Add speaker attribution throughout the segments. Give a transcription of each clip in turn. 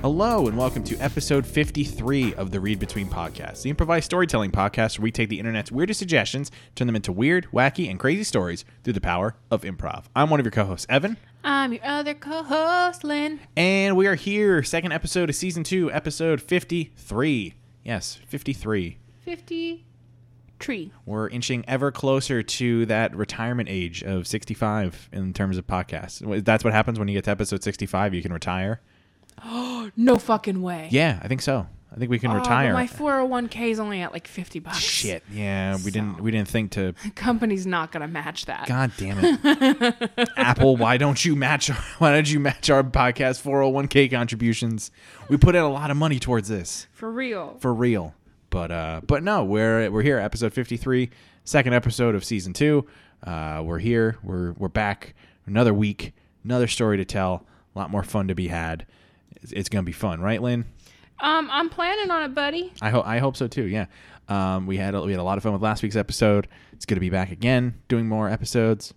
Speaker 1: Hello, and welcome to episode 53 of the Read Between Podcast, the improvised storytelling podcast where we take the internet's weirdest suggestions, turn them into weird, wacky, and crazy stories through the power of improv. I'm one of your co hosts, Evan,
Speaker 2: I'm your other co-host, Lynn.
Speaker 1: and we are here, second episode of season two, episode 53. Yes, 53.
Speaker 2: Fifty tree.
Speaker 1: We're inching ever closer to that retirement age of 65 in terms of podcasts. That's what happens when you get to episode 65, you can retire.
Speaker 2: No fucking way.
Speaker 1: Yeah, I think so. I think we can
Speaker 2: Oh, but
Speaker 1: retire.
Speaker 2: My 401k is only at like 50 bucks.
Speaker 1: Shit. Yeah, we didn't we didn't think to
Speaker 2: The company's not gonna match that.
Speaker 1: God damn it. Apple, why don't you match our, why don't you match our podcast 401k contributions? We put in a lot of money towards this
Speaker 2: For real.
Speaker 1: for real. But uh but no, we're we're here episode 53, second episode of season 2. Uh we're here. We're we're back another week, another story to tell, a lot more fun to be had. It's, it's going to be fun, right, Lynn?
Speaker 2: Um, I'm planning on it, buddy.
Speaker 1: I hope I hope so too. Yeah, um, we had a, we had a lot of fun with last week's episode. It's going to be back again, doing more episodes.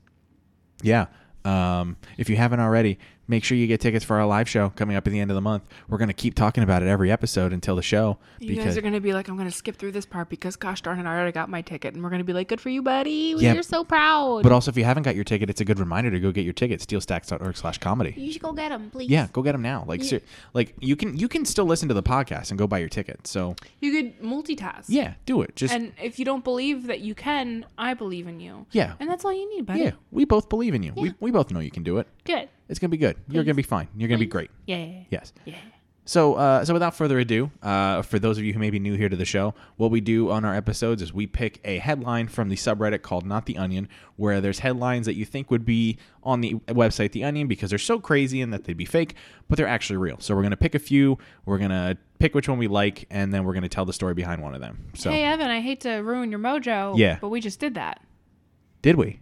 Speaker 1: Yeah. Um, if you haven't already, make sure you get tickets for our live show coming up at the end of the month. We're going to keep talking about it every episode until the show.
Speaker 2: You guys are gonna be like, I'm gonna skip through this part because gosh darn it, I already got my ticket, and we're gonna be like, good for you, buddy.
Speaker 1: Yeah.
Speaker 2: You're so proud.
Speaker 1: but also, if you haven't got your ticket, it's a good reminder to go get your ticket. Steelstacks.org slash comedy.
Speaker 2: you should go get them, please.
Speaker 1: Yeah, go get them now. Like, ser- like you can you can still listen to the podcast and go buy your ticket. So
Speaker 2: You could multitask.
Speaker 1: yeah, do it. Just
Speaker 2: And if you don't believe that you can, I believe in you.
Speaker 1: Yeah.
Speaker 2: And that's all you need, buddy.
Speaker 1: yeah, we both believe in you. We we both know you can do it.
Speaker 2: Good.
Speaker 1: It's gonna be good. You're gonna be fine. You're gonna be great.
Speaker 2: Yeah.
Speaker 1: Yes.
Speaker 2: Yeah.
Speaker 1: So, uh, so without further ado, uh, for those of you who may be new here to the show, what we do on our episodes is we pick a headline from the subreddit called Not the Onion, where there's headlines that you think would be on the website The Onion because they're so crazy and that they'd be fake, but they're actually real. So we're gonna pick a few. We're gonna pick which one we like, and then we're gonna tell the story behind one of them. So,
Speaker 2: Hey Evan, I hate to ruin your mojo.
Speaker 1: Yeah.
Speaker 2: But we just did that.
Speaker 1: did we?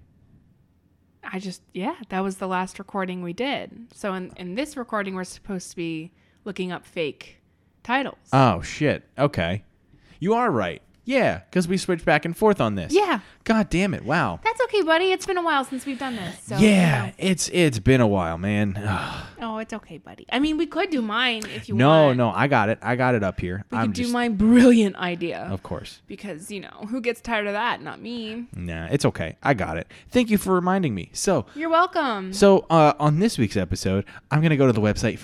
Speaker 2: I just yeah, that was the last recording we did. So in in this recording we're supposed to be looking up fake titles.
Speaker 1: Oh shit. Okay. You are right. Yeah, because we switched back and forth on this.
Speaker 2: Yeah.
Speaker 1: God damn it! Wow.
Speaker 2: That's okay, buddy. It's been a while since we've done this. So
Speaker 1: yeah, it's it's been a while, man.
Speaker 2: you know. Oh, it's okay, buddy. I mean, we could do mine if you
Speaker 1: No,
Speaker 2: want.
Speaker 1: no, I got it. I got it up here.
Speaker 2: We
Speaker 1: I'm
Speaker 2: could do
Speaker 1: just,
Speaker 2: my brilliant idea.
Speaker 1: of course.
Speaker 2: Because, you know, who gets tired of that? Not me.
Speaker 1: Nah, it's okay. I got it. Thank you for reminding me. So,
Speaker 2: You're welcome.
Speaker 1: so uh, on this week's episode, I'm gonna go to the website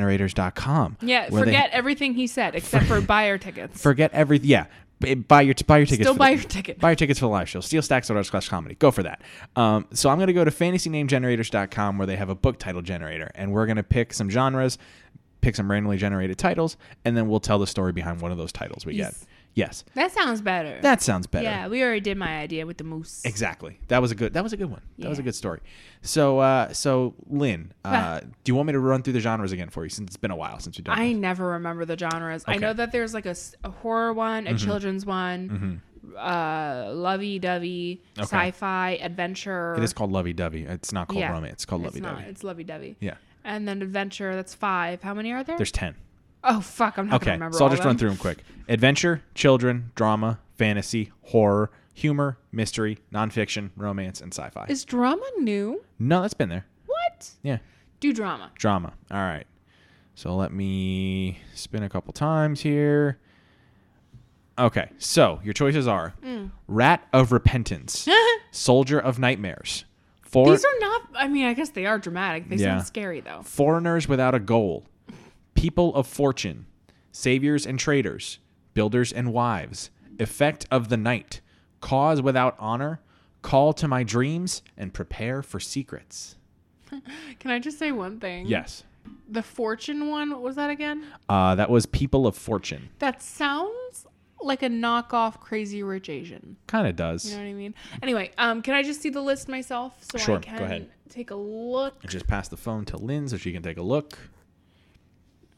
Speaker 1: fantasynamegenerators.com.
Speaker 2: yeah,
Speaker 1: where they-
Speaker 2: forget everything he said except for buy our tickets.
Speaker 1: forget everything. Yeah, B- buy your buy your tickets.
Speaker 2: Still
Speaker 1: for
Speaker 2: buy
Speaker 1: the-
Speaker 2: your ticket.
Speaker 1: Buy your tickets for the live show. Steelstacks.org slash comedy. Go for that. Um, so I'm going to go to fantasynamegenerators.com where they have a book title generator, and we're going to pick some genres, pick some randomly generated titles, and then we'll tell the story behind one of those titles we get.
Speaker 2: Yes.
Speaker 1: Yes,
Speaker 2: that sounds better.
Speaker 1: that sounds better.
Speaker 2: yeah, we already did my idea with the moose.
Speaker 1: Exactly. That was a good. That was a good one. That was a
Speaker 2: Yeah.
Speaker 1: good story. So, uh, so Lynn, uh,
Speaker 2: Huh.
Speaker 1: do you want me to run through the genres again for you? Since it's been a while since we've done.
Speaker 2: I
Speaker 1: this?
Speaker 2: never remember the genres. I
Speaker 1: Okay. Mm-hmm.
Speaker 2: know that there's like a, s- a horror one, a children's one, uh, lovey-dovey,
Speaker 1: Okay.
Speaker 2: sci-fi, adventure.
Speaker 1: It is called Lovey Dovey. It's not called
Speaker 2: Yeah.
Speaker 1: Rummy. It's called
Speaker 2: It's
Speaker 1: Lovey
Speaker 2: not.
Speaker 1: Dovey.
Speaker 2: It's lovey-dovey.
Speaker 1: Yeah.
Speaker 2: And then adventure. That's five. How many are there?
Speaker 1: There's ten.
Speaker 2: oh fuck, I'm not gonna
Speaker 1: Okay,
Speaker 2: remember.
Speaker 1: so I'll
Speaker 2: all
Speaker 1: just
Speaker 2: of
Speaker 1: run
Speaker 2: them.
Speaker 1: through them quick. Adventure, children, drama, fantasy, horror, humor, mystery, nonfiction, romance, and sci-fi.
Speaker 2: Is drama new?
Speaker 1: no, that's been there.
Speaker 2: What?
Speaker 1: Yeah,
Speaker 2: Do drama.
Speaker 1: drama. All right. So let me spin a couple times here. Okay, so your choices are
Speaker 2: Mm.
Speaker 1: Rat of Repentance, Soldier of Nightmares, for-
Speaker 2: These are not. I mean, I guess they are dramatic. They
Speaker 1: Yeah.
Speaker 2: sound scary though.
Speaker 1: Foreigners Without a Goal, People of Fortune, Saviors and Traitors, Builders and Wives, Effect of the Night, Cause Without Honor, Call to My Dreams, and Prepare for Secrets.
Speaker 2: Can I just say one thing?
Speaker 1: Yes.
Speaker 2: The fortune one. What was that again?
Speaker 1: Uh, that was People of Fortune.
Speaker 2: That sounds like a knockoff Crazy Rich Asian.
Speaker 1: Kind of does.
Speaker 2: You know what I mean? Anyway, um, can I just see the list myself so
Speaker 1: Sure,
Speaker 2: I
Speaker 1: go
Speaker 2: can
Speaker 1: ahead.
Speaker 2: take a look?
Speaker 1: I just pass the phone to Lynn so she can take a look.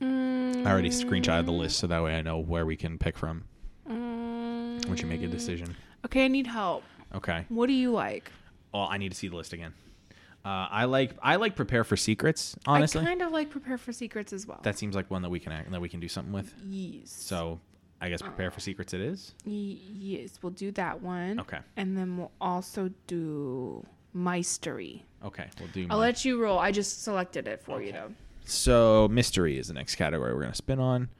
Speaker 1: I already screenshotted the list so that way I know where we can pick from
Speaker 2: Mm,
Speaker 1: once you make a decision.
Speaker 2: okay, I need help.
Speaker 1: Okay.
Speaker 2: What do you like?
Speaker 1: Oh, I need to see the list again. Uh, I like I like prepare for secrets. Honestly,
Speaker 2: I kind of like prepare for secrets as well.
Speaker 1: that seems like one that we can act, that we can do something with.
Speaker 2: yes.
Speaker 1: So I guess prepare for secrets. It is.
Speaker 2: Y- yes, we'll do that one.
Speaker 1: Okay.
Speaker 2: And then we'll also do Meistery.
Speaker 1: Okay, we'll do.
Speaker 2: I'll
Speaker 1: mine.
Speaker 2: let you roll. I just selected it for you
Speaker 1: Okay.
Speaker 2: though.
Speaker 1: So mystery is the next category we're gonna spin on.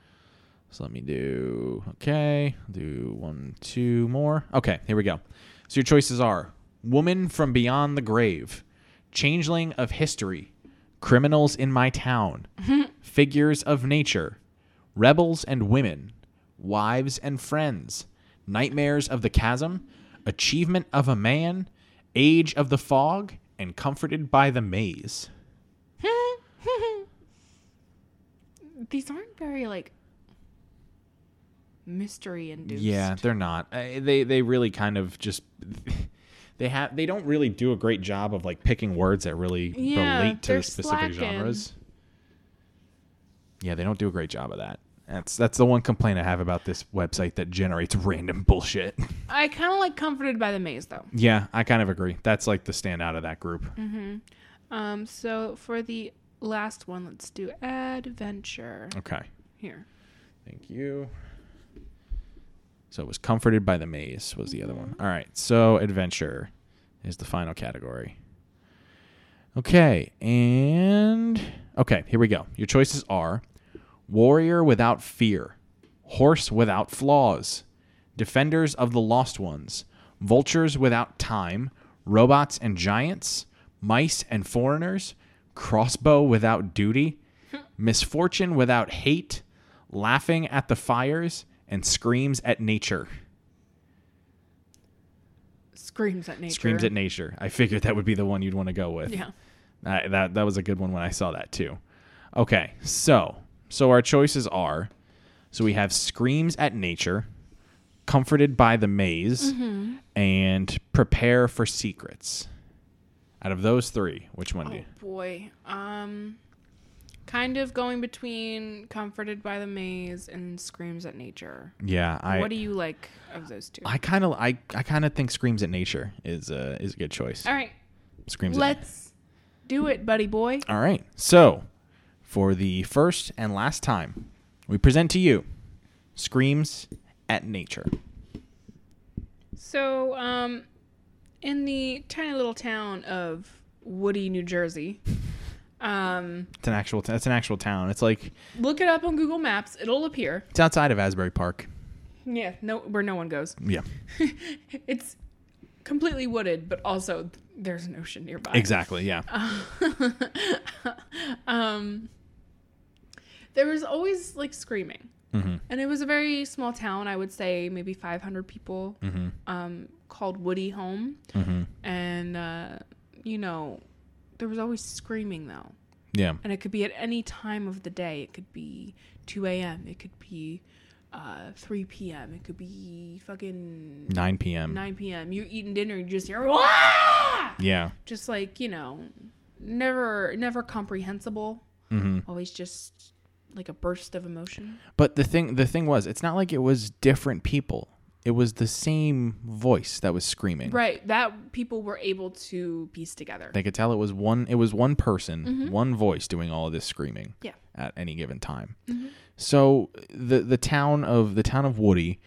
Speaker 1: So let me do okay. Do one, two more. Okay, here we go. So your choices are Woman from Beyond the Grave, Changeling of History, Criminals in My Town, Figures of Nature, Rebels and Women, Wives and Friends, Nightmares of the Chasm, Achievement of a Man, Age of the Fog, and Comforted by the Maze.
Speaker 2: These aren't very like mystery induced.
Speaker 1: Yeah, they're not. Uh, they they really kind of just they have they don't really do a great job of like picking words that really
Speaker 2: Yeah,
Speaker 1: relate to
Speaker 2: they're
Speaker 1: the specific
Speaker 2: slacking.
Speaker 1: genres. Yeah, they don't do a great job of that. That's that's the one complaint I have about this website that generates random bullshit.
Speaker 2: I kind of like comforted by the maze though.
Speaker 1: yeah, I kind of agree. That's like the standout of that group.
Speaker 2: Mm. Um, so for the last one, let's do adventure
Speaker 1: Okay.
Speaker 2: here.
Speaker 1: Thank you. So it was comforted by the maze was the other one.
Speaker 2: Mm-hmm.
Speaker 1: All right. So adventure is the final category. Okay, and okay, here we go. Your choices are warrior without fear, horse without flaws, defenders of the lost ones, vultures without time, robots and giants, mice and foreigners, crossbow without duty, misfortune without hate, laughing at the fires, and screams at nature.
Speaker 2: Screams at nature.
Speaker 1: Screams at nature. I figured that would be the one you'd want to go with.
Speaker 2: Yeah.
Speaker 1: Uh, that that was a good one when I saw that too. Okay, so so our choices are, so we have screams at nature, comforted by the maze,
Speaker 2: Mm-hmm.
Speaker 1: and prepare for secrets. Out of those three, which one do
Speaker 2: Oh
Speaker 1: you?
Speaker 2: boy. Um, kind of going between comforted by the maze and screams at nature.
Speaker 1: Yeah, I
Speaker 2: what do you like of those two?
Speaker 1: I kind of I, I kind of think screams at nature is a is a good choice.
Speaker 2: All right,
Speaker 1: Screams at
Speaker 2: let's do it, buddy boy.
Speaker 1: All right. So, for the first and last time, we present to you Screams at Nature.
Speaker 2: So, um, in the tiny little town of Woody, New Jersey, um,
Speaker 1: It's an actual t- it's an actual town. It's like
Speaker 2: look it up on Google Maps. It'll appear.
Speaker 1: it's outside of Asbury Park.
Speaker 2: Yeah, no, where no one goes.
Speaker 1: Yeah.
Speaker 2: It's completely wooded, but also there's an ocean nearby.
Speaker 1: Exactly. Yeah.
Speaker 2: um, there was always like screaming,
Speaker 1: Mhm.
Speaker 2: and it was a very small town. I would say maybe 500 people, um, called Woody Home,
Speaker 1: Mhm.
Speaker 2: and uh, you know, there was always screaming though,
Speaker 1: Yeah.
Speaker 2: and it could be at any time of the day. It could be 2 a.m. It could be uh, 3 p.m. It could be fucking
Speaker 1: 9 p.m.
Speaker 2: 9 p.m. You're eating dinner, you just hear Wah!
Speaker 1: Yeah.
Speaker 2: just like you know never never comprehensible always just like a burst of emotion
Speaker 1: But the thing the thing was, it's not like it was different people. It was the same voice that was screaming.
Speaker 2: right that people were able to piece together
Speaker 1: They could tell it was one it was one person, one voice doing all of this screaming.
Speaker 2: yeah
Speaker 1: at any given time. So the the town of the town of Woody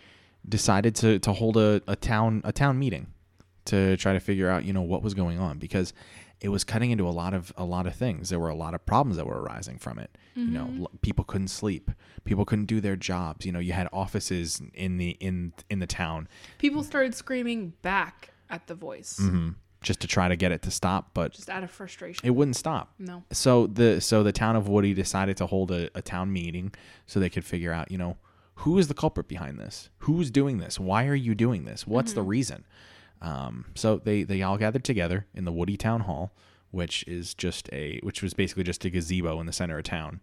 Speaker 1: decided to to hold a, a town a town meeting to try to figure out you know what was going on because it was cutting into a lot of a lot of things. There were a lot of problems that were arising from it. You know, l- people couldn't sleep, people couldn't do their jobs. You know, you had offices in the in in the town
Speaker 2: people started screaming back at the voice
Speaker 1: mm, just to try to get it to stop, but
Speaker 2: just out of frustration
Speaker 1: it wouldn't stop.
Speaker 2: no
Speaker 1: so the so the town of Woody decided to hold a, a town meeting so they could figure out, you know, who is the culprit behind this? Who's doing this? Why are you doing this? What's the reason? Um, so they they all gathered together in the Woody Town Hall, which is just a which was basically just a gazebo in the center of town,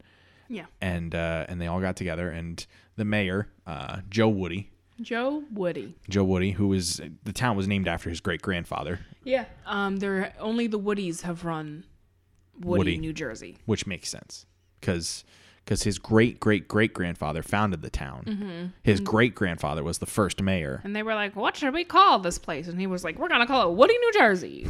Speaker 2: yeah
Speaker 1: and uh, and they all got together and the mayor, uh, Joe Woody,
Speaker 2: joe woody
Speaker 1: Joe Woody, who was the town was named after his great grandfather,
Speaker 2: yeah um there only the woodies have run woody,
Speaker 1: Woody.
Speaker 2: new jersey
Speaker 1: which makes sense because because his great great great grandfather founded the town. His great grandfather was the first mayor.
Speaker 2: and they were like what should we call this place and he was like we're gonna call it woody new jersey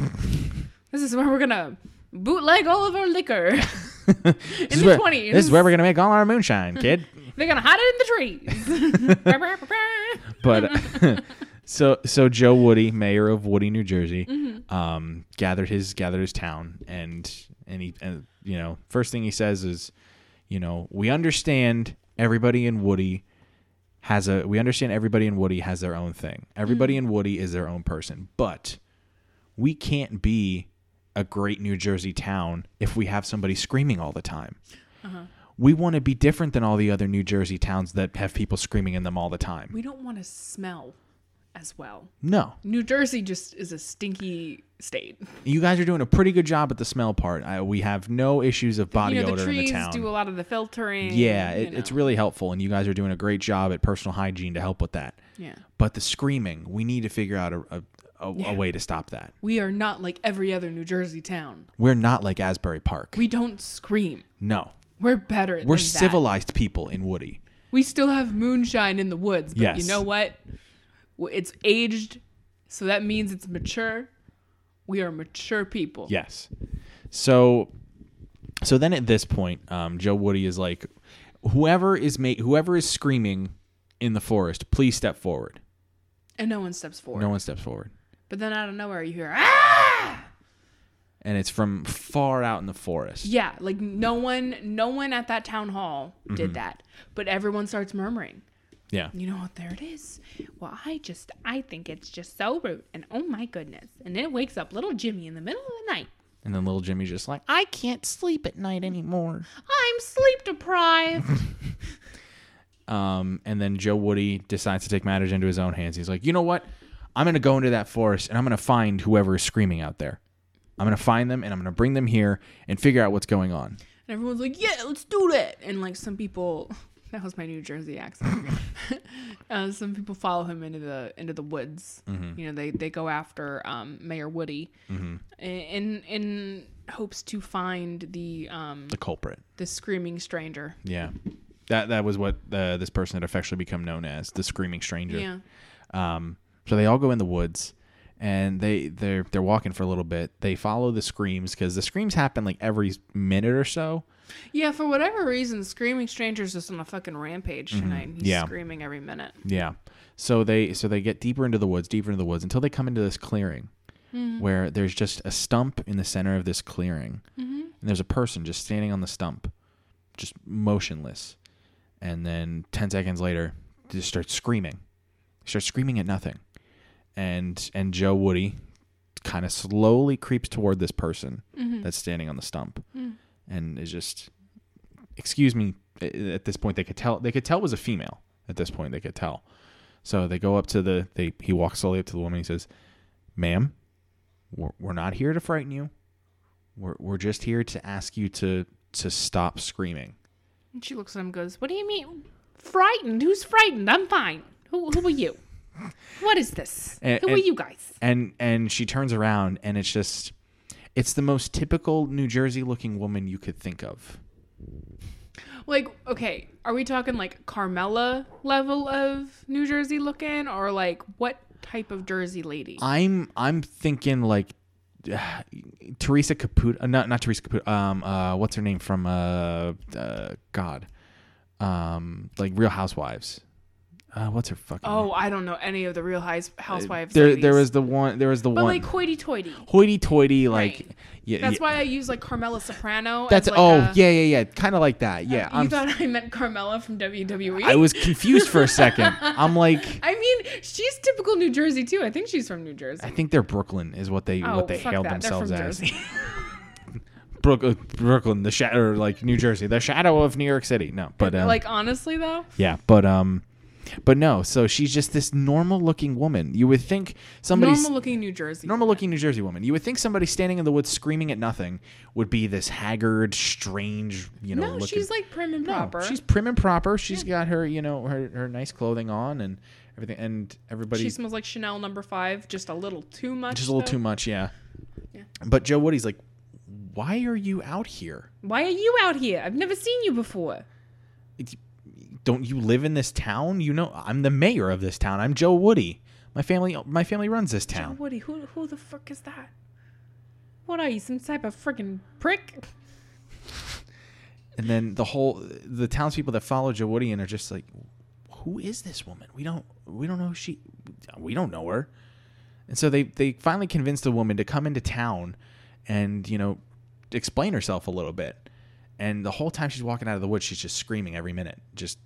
Speaker 2: this is where we're gonna bootleg all of our liquor
Speaker 1: This
Speaker 2: the
Speaker 1: where,
Speaker 2: 20s.
Speaker 1: This is where we're gonna make all our moonshine, kid.
Speaker 2: They're gonna hide it in the trees.
Speaker 1: but so so Joe Woody, mayor of Woody, New Jersey, um, gathered his gathered his town and and he and you know, first thing he says is, you know, we understand everybody in Woody has a we understand everybody in Woody has their own thing. Everybody in Woody is their own person, but we can't be a great New Jersey town if we have somebody screaming all the time. We want to be different than all the other New Jersey towns that have people screaming in them all the time.
Speaker 2: We don't want to smell as well.
Speaker 1: No.
Speaker 2: New Jersey just is a stinky state.
Speaker 1: You guys are doing a pretty good job at the smell part. I, we have no issues of body
Speaker 2: you know,
Speaker 1: odor
Speaker 2: the
Speaker 1: in
Speaker 2: trees
Speaker 1: the town.
Speaker 2: do a lot of the filtering.
Speaker 1: yeah,
Speaker 2: you
Speaker 1: it, it's
Speaker 2: know.
Speaker 1: really helpful, and you guys are doing a great job at personal hygiene to help with that.
Speaker 2: Yeah.
Speaker 1: But the screaming, we need to figure out a, a, a, a way to stop that.
Speaker 2: We are not like every other New Jersey town.
Speaker 1: We're not like Asbury Park.
Speaker 2: We don't scream.
Speaker 1: no,
Speaker 2: We're better.
Speaker 1: we're
Speaker 2: than that.
Speaker 1: civilized people in Woody.
Speaker 2: We still have moonshine in the woods, but
Speaker 1: Yes.
Speaker 2: you know what? W- It's aged, so that means it's mature. We are mature people.
Speaker 1: Yes. So, so then at this point, um, Joe Woody is like, whoever is ma- whoever is screaming in the forest, please step forward.
Speaker 2: And no one steps forward.
Speaker 1: No one steps forward.
Speaker 2: But then out of nowhere, you hear, ah!
Speaker 1: and it's from far out in the forest.
Speaker 2: Yeah, like no one, no one at that town hall
Speaker 1: Mm-hmm.
Speaker 2: did that. But everyone starts murmuring.
Speaker 1: Yeah.
Speaker 2: You know what? There it is. Well, I just, I think it's just so rude. And oh my goodness. And then it wakes up little Jimmy in the middle of the night.
Speaker 1: And then little Jimmy's just like,
Speaker 3: I can't sleep at night anymore.
Speaker 2: I'm sleep deprived.
Speaker 1: um, and then Joe Woody decides to take matters into his own hands. He's like, you know what? I'm gonna go into that forest and I'm gonna find whoever is screaming out there. I'm gonna find them and I'm gonna bring them here and figure out what's going on.
Speaker 2: and everyone's like, yeah, let's do that. And like some people, that was my New Jersey accent. uh, some people follow him into the into the woods. You know, they they go after um, Mayor Woody in in hopes to find the um,
Speaker 1: The culprit.
Speaker 2: the screaming stranger.
Speaker 1: Yeah. That that was what uh, this person had affectionately become known as, the screaming stranger.
Speaker 2: Yeah.
Speaker 1: Um, so they all go in the woods and they they're they're walking for a little bit. They follow the screams because the screams happen like every minute or so.
Speaker 2: Yeah, for whatever reason, Screaming Stranger's just on a fucking rampage tonight. He's
Speaker 1: Yeah.
Speaker 2: screaming every minute.
Speaker 1: Yeah. So they so they get deeper into the woods, deeper into the woods until they come into this clearing where there's just a stump in the center of this clearing. And there's a person just standing on the stump, just motionless. And then 10 seconds later, they just starts screaming. They start screaming at nothing. And and Joe Woody kind of slowly creeps toward this person
Speaker 2: Mm.
Speaker 1: that's standing on the stump and is just excuse me at this point they could tell they could tell it was a female at this point they could tell so they go up to the they he walks slowly up to the woman he says ma'am we're, we're not here to frighten you we're, we're just here to ask you to to stop screaming
Speaker 2: And she looks at him and goes, What do you mean? Frightened? Who's frightened? I'm fine. Who, who are you? What is this?
Speaker 1: And-
Speaker 2: who are
Speaker 1: and-
Speaker 2: you guys?
Speaker 1: and and she turns around and it's just it's the most typical new jersey looking woman you could think of
Speaker 2: Like, okay, are we talking like Carmela level of New Jersey looking or like what type of Jersey lady?
Speaker 1: i'm i'm thinking like Teresa Caput, uh, not not Teresa Caput. Um, uh, what's her name from uh, uh God, um, like Real Housewives. Uh, what's her fucking? name?
Speaker 2: oh, I don't know any of the real Hous-
Speaker 1: Uh,
Speaker 2: housewives.
Speaker 1: there
Speaker 2: ladies.
Speaker 1: there was the one. There was the
Speaker 2: But
Speaker 1: one
Speaker 2: like hoity toity.
Speaker 1: hoity-toity, like
Speaker 2: Right.
Speaker 1: yeah.
Speaker 2: That's
Speaker 1: yeah.
Speaker 2: why I use like Carmela Soprano. as,
Speaker 1: That's
Speaker 2: like,
Speaker 1: oh
Speaker 2: a-
Speaker 1: yeah yeah yeah, kind of like that. Yeah,
Speaker 2: You
Speaker 1: I'm.
Speaker 2: thought I meant Carmela from WWE?
Speaker 1: I was confused for a second. I'm like,
Speaker 2: I mean, she's typical New Jersey too. I think she's from New Jersey.
Speaker 1: I think they're Brooklyn is what they
Speaker 2: Oh,
Speaker 1: what they
Speaker 2: fuck
Speaker 1: hailed
Speaker 2: that. They're
Speaker 1: themselves
Speaker 2: from
Speaker 1: as.
Speaker 2: Jersey.
Speaker 1: Brook, uh, Brooklyn, the shadow, like New Jersey, the shadow of New York City. No, but um,
Speaker 2: like honestly though,
Speaker 1: Yeah, but um, but no. So she's just this normal-looking woman. You would think somebody's
Speaker 2: normal looking New Jersey.
Speaker 1: normal-looking New Jersey woman. You would think somebody standing in the woods screaming at nothing would be this haggard, strange, you know.
Speaker 2: No,
Speaker 1: looking,
Speaker 2: she's like prim and
Speaker 1: No,
Speaker 2: proper.
Speaker 1: she's prim and proper. She's got her, you know, her her nice clothing on and everything. And everybody
Speaker 2: she smells like Chanel number five, just a little too much.
Speaker 1: just a little
Speaker 2: though.
Speaker 1: too much, yeah.
Speaker 2: Yeah.
Speaker 1: But Joe Woody's like, why are you out here?
Speaker 2: Why are you out here? I've never seen you before.
Speaker 1: It's- don't you live in this town? You know, I'm the mayor of this town. I'm Joe Woody. My family, my family runs this
Speaker 2: Joe
Speaker 1: town.
Speaker 2: Oh, Woody, who who the fuck is that? What are you, some type of freaking prick?
Speaker 1: And then the whole the townspeople that follow Joe Woody in are just like, who is this woman? We don't we don't know who she we don't know her. And so they they finally convinced the woman to come into town and you know explain herself a little bit. And the whole time she's walking out of the woods, she's just screaming every minute, just,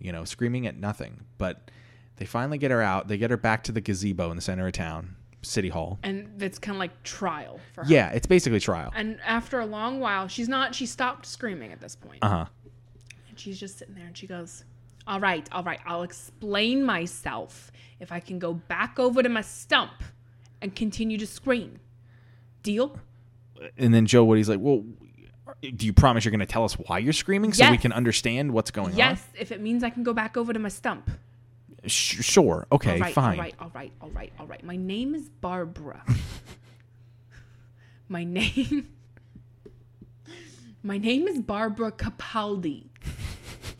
Speaker 1: you know, screaming at nothing. But they finally get her out. They get her back to the gazebo in the center of town, City Hall.
Speaker 2: and it's kind of like trial for her.
Speaker 1: Yeah, it's basically trial.
Speaker 2: And after a long while, she's not. She stopped screaming at this point.
Speaker 1: Uh huh.
Speaker 2: And she's just sitting there, and she goes, "All right, all right. I'll explain myself if I can go back over to my stump and continue to scream. Deal?
Speaker 1: And then Joe Woody's like, well, do you promise you're going to tell us why you're screaming so we
Speaker 2: Yes.
Speaker 1: can understand what's going
Speaker 2: Yes, if it means I can go back over to my stump.
Speaker 1: on? Sh- sure. Okay,
Speaker 2: all right,
Speaker 1: fine.
Speaker 2: all right, all right, all right, all right. My name is Barbara. my name. My name is Barbara Capaldi.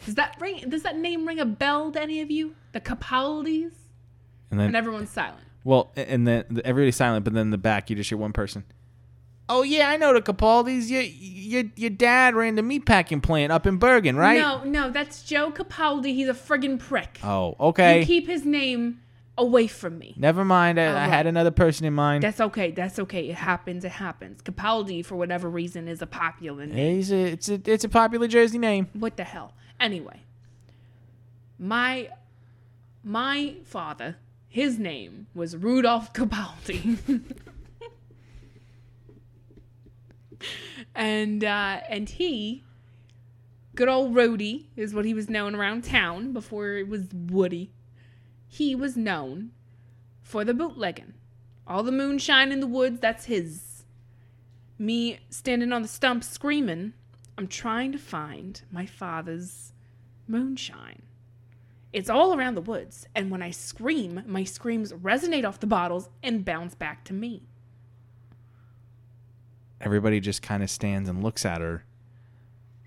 Speaker 2: Does that ring? Does that name ring a bell to any of you? The Capaldis?
Speaker 1: And then,
Speaker 2: And everyone's silent.
Speaker 1: well, a- and then the- everybody's silent, but then in the back, you just hear one person. Oh yeah, I know the Capaldis. Your your your dad ran the meatpacking plant up in Bergen, right?
Speaker 2: No, no, that's Joe Capaldi. He's a friggin' prick.
Speaker 1: Oh,
Speaker 2: You
Speaker 1: okay.
Speaker 2: keep his name away from me.
Speaker 1: Never mind. I, I
Speaker 2: Alright.
Speaker 1: had another person in mind.
Speaker 2: That's okay. That's okay. It happens. It happens. Capaldi, for whatever reason, is a popular name.
Speaker 1: He's a, it's a it's a popular Jersey name.
Speaker 2: what the hell anyway my my father his name was rudolph capaldi and uh and he good old Rhodey is what he was known around town before it was woody he was known for the bootlegging all the moonshine in the woods that's his me standing on the stump screaming I'm trying to find my father's moonshine. It's all around the woods, and when I scream, my screams resonate off the bottles and bounce back to me.
Speaker 1: Everybody just kind of stands and looks at her.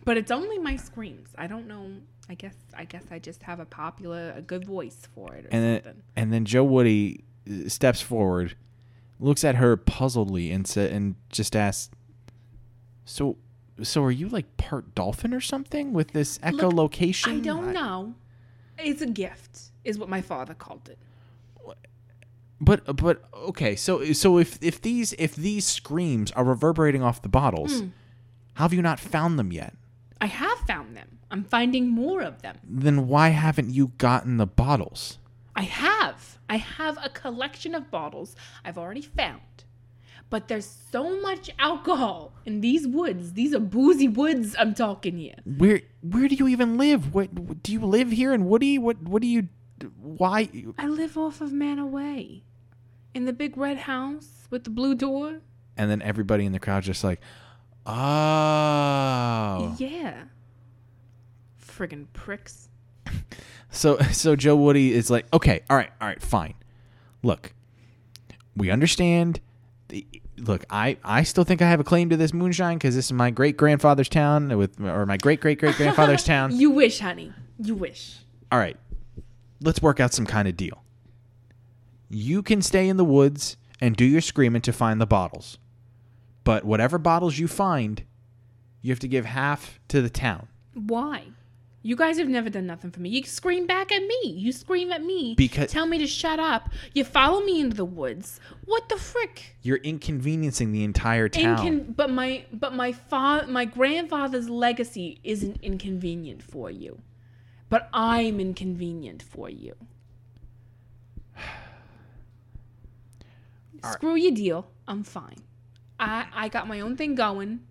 Speaker 2: But it's only my screams. I don't know. I guess I guess I just have a popular a good voice for it or
Speaker 1: and
Speaker 2: something.
Speaker 1: then, and then Joe Woody uh, steps forward, looks at her puzzledly, and sa- and just asks, "So, so are you like part dolphin or something with this echolocation?"
Speaker 2: I don't know. It's a gift, is what my father called it.
Speaker 1: But but okay, so so if if these if these screams are reverberating off the
Speaker 2: Hmm.
Speaker 1: bottles, how have you not found them yet?
Speaker 2: I have found them. I'm finding more of them.
Speaker 1: Then why haven't you gotten the bottles?
Speaker 2: I have. I have a collection of bottles I've already found. But there's so much alcohol in these woods. These are boozy woods I'm talking here.
Speaker 1: Where where do you even live? What, what do you live here in Woody? What what do you why
Speaker 2: I live off of Manor Way. In the big red house with the blue door.
Speaker 1: and then everybody in the crowd just like, oh.
Speaker 2: Yeah. Friggin' pricks.
Speaker 1: So so Joe Woody is like, okay, all right, all right, fine. Look, we understand. The, look, I I still think I have a claim to this moonshine because this is my great grandfather's town with or my great great great grandfather's town.
Speaker 2: You wish, honey. You wish.
Speaker 1: All right, let's work out some kind of deal. You can stay in the woods and do your screaming to find the bottles, but whatever bottles you find, you have to give half to the town.
Speaker 2: Why? You guys have never done nothing for me. You scream back at me. You scream at me.
Speaker 1: Because-
Speaker 2: tell me to shut up. You follow me into the woods. What the frick?
Speaker 1: You're inconveniencing the entire town.
Speaker 2: Incon- but my but my fa- my grandfather's legacy isn't inconvenient for you. But I'm inconvenient for you. Screw your deal. I'm fine. I I got my own thing going.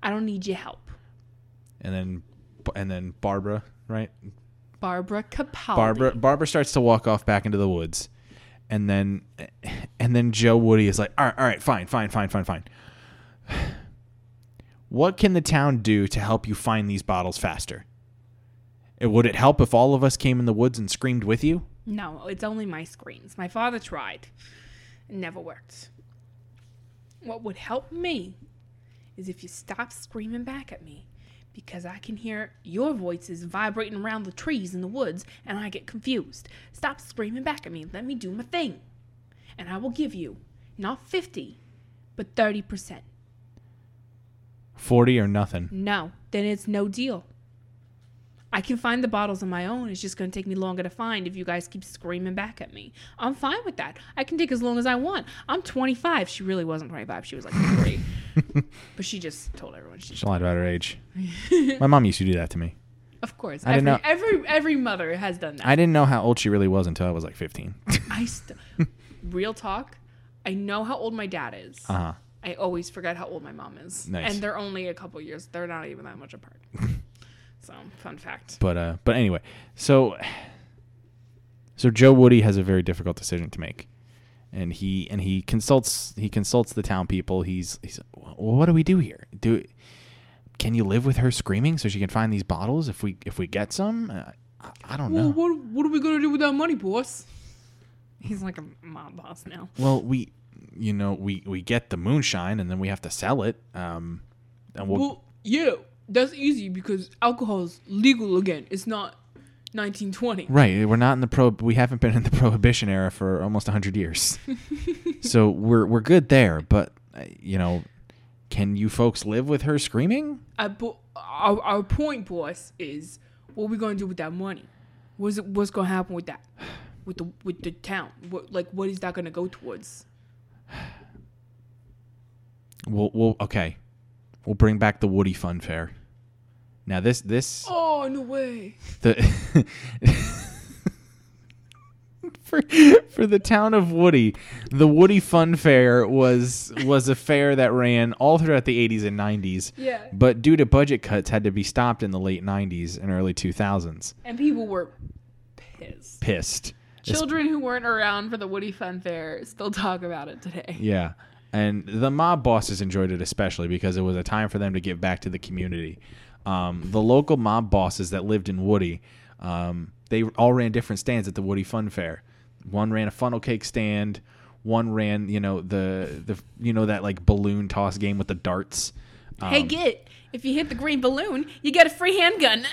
Speaker 2: I don't need your help.
Speaker 1: and then and then Barbara, right?
Speaker 2: Barbara Capaldi.
Speaker 1: Barbara Barbara starts to walk off back into the woods. And then and then Joe Woody is like, "All right, all right, fine, fine, fine, fine, fine. What can the town do to help you find these bottles faster? And Would it help if all of us came in the woods and screamed with you?
Speaker 2: No, it's only my screens. My father tried. It never worked. What would help me is if you stop screaming back at me because I can hear your voices vibrating around the trees in the woods and I get confused. Stop screaming back at me. Let me do my thing. And I will give you not 50, but 30%.
Speaker 1: 40 or nothing.
Speaker 2: No, then it's no deal. I can find the bottles on my own. It's just going to take me longer to find if you guys keep screaming back at me. I'm fine with that. I can take as long as I want. I'm 25. She really wasn't 25. She was like 30. but she just told everyone she.
Speaker 1: She lied about her age. My mom used to do that to me.
Speaker 2: Of course,
Speaker 1: I
Speaker 2: every,
Speaker 1: didn't know-
Speaker 2: every every mother has done that.
Speaker 1: I didn't know how old she really was until I was like 15. uh
Speaker 2: I st- real talk. I know how old my dad is.
Speaker 1: huh.
Speaker 2: I always forget how old my mom is,
Speaker 1: Uh. Nice.
Speaker 2: and they're only a couple years. They're not even that much apart. so, fun fact.
Speaker 1: But uh, but anyway, so so Joe Woody has a very difficult decision to make, and he and he consults he consults the town people. He's he's well, what do we do here? Do can you live with her screaming so she can find these bottles if we if we get some? Uh, I, I don't know.
Speaker 2: what what are we gonna do with that money, boss? He's like a mob boss now.
Speaker 1: Well, we, you know, we we get the moonshine and then we have to sell it. Um, and we'll,
Speaker 2: Well, yeah, that's easy because alcohol is legal again. It's not 1920.
Speaker 1: right. We're not in the pro. We haven't been in the prohibition era for almost hundred years, so we're we're good there. But uh, you know, can you folks live with her screaming?
Speaker 2: I, bu- our, our point, boss, is what we gonna do with that money? What's it- what's gonna happen with that? With the with the town? What like what is that gonna go towards?
Speaker 1: We'll we'll okay. We'll bring back the Woody Fun Fair. Now this this
Speaker 2: Oh no way!
Speaker 1: the for for the town of Woody, the Woody Fun Fair was was a fair that ran all throughout the 80s and 90s.
Speaker 2: Yeah.
Speaker 1: But due to budget cuts, had to be stopped in the late 90s and early 2000s.
Speaker 2: And people were pissed.
Speaker 1: Pissed. It's-
Speaker 2: Children who weren't around for the Woody Fun Fair still talk about it today.
Speaker 1: yeah. And the mob bosses enjoyed it especially because it was a time for them to give back to the community. Um, the local mob bosses that lived in Woody, um, they all ran different stands at the Woody Fun Fair. One ran a funnel cake stand. One ran, you know, the the you know that like balloon toss game with the darts. Um,
Speaker 2: hey, get if you hit the green balloon, you get a free handgun.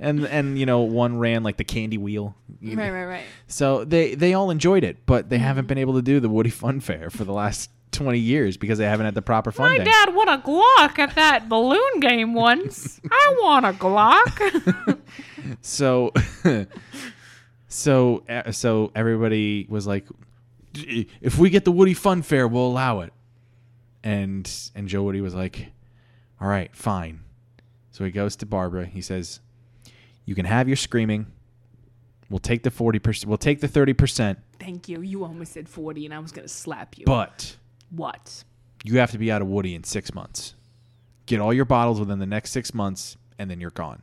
Speaker 1: and and you know one ran like the candy wheel.
Speaker 2: right, right, right.
Speaker 1: So they they all enjoyed it, but they haven't been able to do the Woody Fun Fair for the last twenty years because they haven't had the proper funding.
Speaker 4: My dad won a Glock at that balloon game once. I want a Glock.
Speaker 1: So, so, uh, so everybody was like, "D- "If we get the Woody Fun Fair, we'll allow it." And and Joe Woody was like, "All right, fine." So he goes to Barbara. He says, "You can have your screaming. We'll take the forty percent. We'll take the thirty percent,
Speaker 2: Thank you. You almost said 40 and I was going to slap you.
Speaker 1: but
Speaker 2: what?
Speaker 1: you have to be out of Woody in six months. Get all your bottles within the next six months, and then you're gone.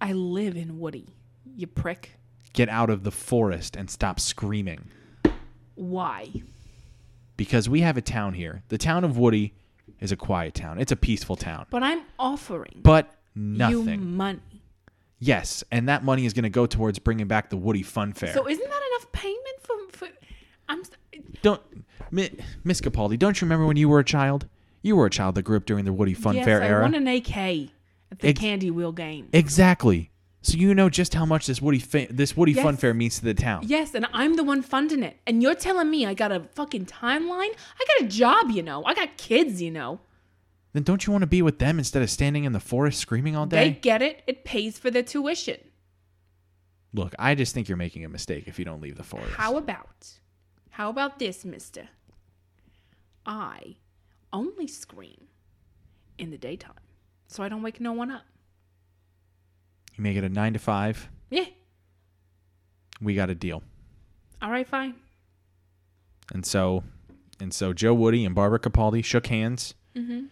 Speaker 2: I live in Woody, you prick.
Speaker 1: Get out of the forest and stop screaming."
Speaker 2: Why?
Speaker 1: because we have a town here. The town of Woody is a quiet town. It's a peaceful town.
Speaker 2: But I'm offering
Speaker 1: But
Speaker 2: you
Speaker 1: nothing.
Speaker 2: money.
Speaker 1: yes, and that money is going to go towards bringing back the Woody Fun Fair.
Speaker 2: So isn't that enough payment for. for I'm. s-
Speaker 1: don't Mi- Miss Capaldi, don't you remember when you were a child? You were a child that grew up during the Woody Fun
Speaker 2: yes,
Speaker 1: Fair
Speaker 2: I
Speaker 1: era.
Speaker 2: won an AK at the
Speaker 1: Ex-
Speaker 2: Candy Wheel game.
Speaker 1: exactly. So you know just how much this Woody fa- this Woody Fun
Speaker 2: Yes.
Speaker 1: Fair means to the town.
Speaker 2: Yes, and I'm the one funding it. And you're telling me I got a fucking timeline? I got a job, you know. I got kids, you know.
Speaker 1: Then don't you want to be with them instead of standing in the forest screaming all day?
Speaker 2: They get it. It pays for their tuition.
Speaker 1: Look, I just think you're making a mistake if you don't leave the forest.
Speaker 2: How about, how about this, mister? I only scream in the daytime so I don't wake no one up.
Speaker 1: you make it a 9 to 5.
Speaker 2: Yeah.
Speaker 1: We got a deal.
Speaker 2: All right, fine.
Speaker 1: And so, and so Joe Woody and Barbara Capaldi shook hands.
Speaker 2: Mm-hmm.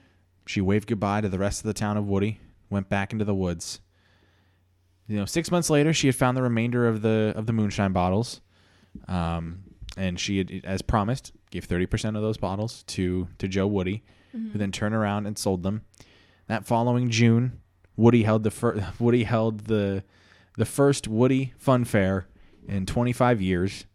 Speaker 1: She waved goodbye to the rest of the town of Woody, went back into the woods. You know, six months later, she had found the remainder of the of the moonshine bottles, um, and she had, as promised, gave thirty percent of those bottles to to Joe Woody, who
Speaker 2: Mm-hmm.
Speaker 1: then turned around and sold them. That following June, Woody held the fir- Woody held the the first Woody Fun Fair in 25 years,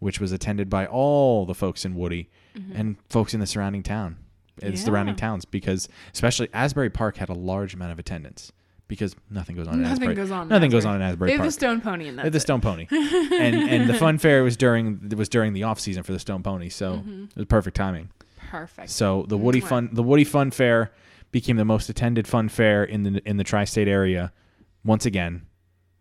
Speaker 1: which was attended by all the folks in Woody and folks in the surrounding town. It's
Speaker 2: Mm-hmm. Yeah.
Speaker 1: surrounding towns because especially Asbury Park had a large amount of attendance because nothing goes on. in
Speaker 2: Nothing
Speaker 1: Asbury.
Speaker 2: goes on. in
Speaker 1: Nothing goes
Speaker 2: Asbury.
Speaker 1: on in Asbury
Speaker 2: They have
Speaker 1: Park.
Speaker 2: the stone pony in
Speaker 1: They had
Speaker 2: that.
Speaker 1: the Stone Pony, and and the Fun Fair was during was during the off season for the Stone Pony, so
Speaker 2: Mm-hmm.
Speaker 1: it was perfect timing.
Speaker 2: Perfect.
Speaker 1: So the Woody
Speaker 2: Mwah.
Speaker 1: Fun the Woody Fun Fair became the most attended fun fair in the in the tri-state area once again,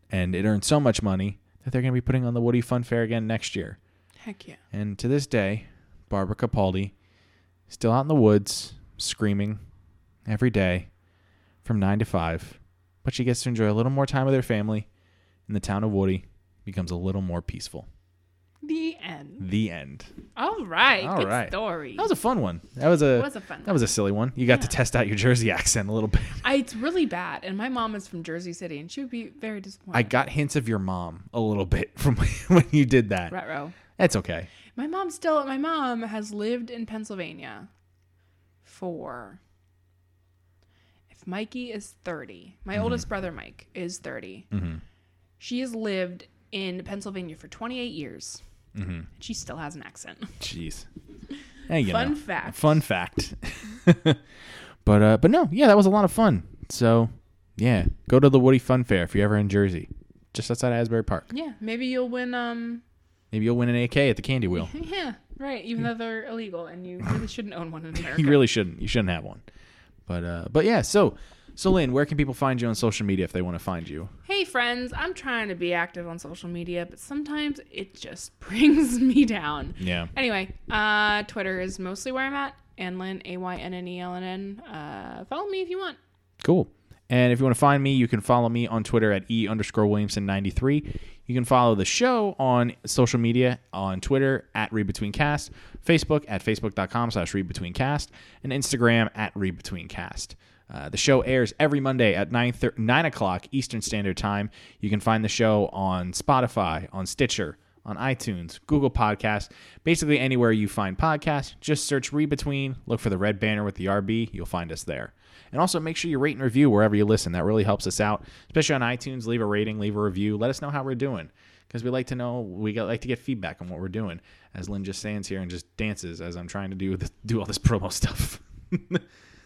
Speaker 1: and it earned so much money that they're going to be putting on the Woody Fun Fair again next year.
Speaker 2: Heck yeah.
Speaker 1: And to this day, Barbara Capaldi still out in the woods, screaming every day from nine to five. But she gets to enjoy a little more time with her family, and the town of Woody becomes a little more peaceful.
Speaker 2: The end.
Speaker 1: The end.
Speaker 4: All right.
Speaker 1: All
Speaker 4: good
Speaker 1: right.
Speaker 4: story.
Speaker 1: That was a fun one. That was a,
Speaker 2: It was a fun
Speaker 1: that was a silly one. You got to test out your Jersey accent a little bit.
Speaker 2: I, it's really bad. And my mom is from Jersey City, and she would be very disappointed.
Speaker 1: I got hints of your mom a little bit from when you did that.
Speaker 2: Rat row.
Speaker 1: That's okay.
Speaker 2: My mom still. My mom has lived in Pennsylvania for. If Mikey is thirty,
Speaker 1: Mm-hmm.
Speaker 2: my oldest brother Mike is 30 She has lived in Pennsylvania for twenty-eight years. She still has an accent.
Speaker 1: Jeez. Hey, Mm-hmm. you
Speaker 2: Fun
Speaker 1: know.
Speaker 2: fact.
Speaker 1: Fun fact. but uh, but no, yeah, that was a lot of fun. So yeah, go to the Woody Fun Fair if you're ever in Jersey, just outside of Asbury Park.
Speaker 2: Yeah, maybe you'll win. Um.
Speaker 1: Maybe you'll win an AK at the candy wheel.
Speaker 2: Yeah. Right. Even though they're illegal, and you really shouldn't own one in America.
Speaker 1: you really shouldn't. You shouldn't have one. But uh, but yeah. So so Lynn, where can people find you on social media if they want to find you?
Speaker 2: Hey friends, I'm trying to be active on social media, but sometimes it just brings me down.
Speaker 1: Yeah.
Speaker 2: Anyway, uh, Twitter is mostly where I'm at. Anlin, A Y N N E L N N. Uh, follow me if you want.
Speaker 1: Cool. And if you want to find me, you can follow me on Twitter at E underscore Williamson93. You can follow the show on social media on Twitter at ReadBetweenCast, Facebook at Facebook.com slash ReadBetweenCast, and Instagram at ReadBetweenCast. Uh, the show airs every Monday at 9, thir- 9 o'clock Eastern Standard Time. You can find the show on Spotify, on Stitcher, on iTunes, Google Podcasts, basically anywhere you find podcasts. Just search Read Between, look for the red banner with the RB, you'll find us there. And also make sure you rate and review wherever you listen. That really helps us out, especially on iTunes. Leave a rating, leave a review. Let us know how we're doing because we like to know, we got- like to get feedback on what we're doing. As Lynn just stands here and just dances as I'm trying to do this, do all this promo stuff.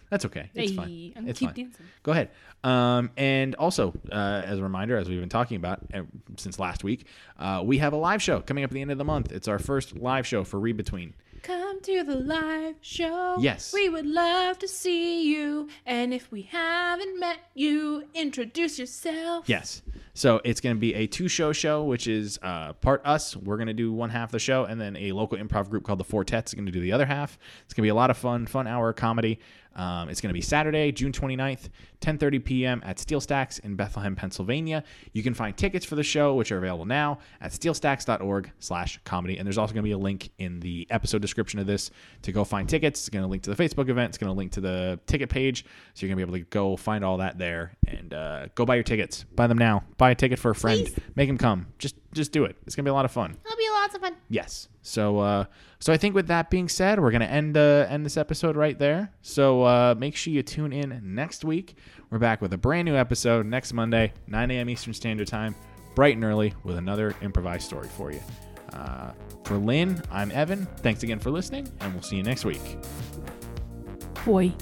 Speaker 1: That's okay. It's fine.
Speaker 2: Hey, I'm
Speaker 1: it's
Speaker 2: keep
Speaker 1: fine.
Speaker 2: dancing.
Speaker 1: Go ahead. Um, and also, uh, as a reminder, as we've been talking about uh, since last week, uh, we have a live show coming up at the end of the month. It's our first live show for Read Between.
Speaker 2: Come to the live show.
Speaker 1: Yes.
Speaker 2: We would love to see you. And if we haven't met you, introduce yourself.
Speaker 1: Yes. So it's going to be a two show show, which is uh, part us. We're going to do one half of the show, and then a local improv group called the Fortets is going to do the other half. It's going to be a lot of fun, fun hour of comedy. Um, it's going to be Saturday, June 29th, 10.30 p.m. at Steel Stacks in Bethlehem, Pennsylvania. You can find tickets for the show, which are available now at steelstacks.org slash comedy. And there's also going to be a link in the episode description of this to go find tickets. It's going to link to the Facebook event. It's going to link to the ticket page. So you're going to be able to go find all that there and uh, go buy your tickets. Buy them now. Buy a ticket for a friend. Make them come. Just just do it. It's going to be a lot of fun.
Speaker 4: It'll be lots of fun.
Speaker 1: Yes. So uh, so I think with that being said, we're gonna end uh, end this episode right there. So uh, make sure you tune in next week. We're back with a brand new episode next Monday, 9 a.m. Eastern Standard Time, bright and early, with another improvised story for you. Uh, for Lynn, I'm Evan. Thanks again for listening, and we'll see you next week.
Speaker 2: Boy.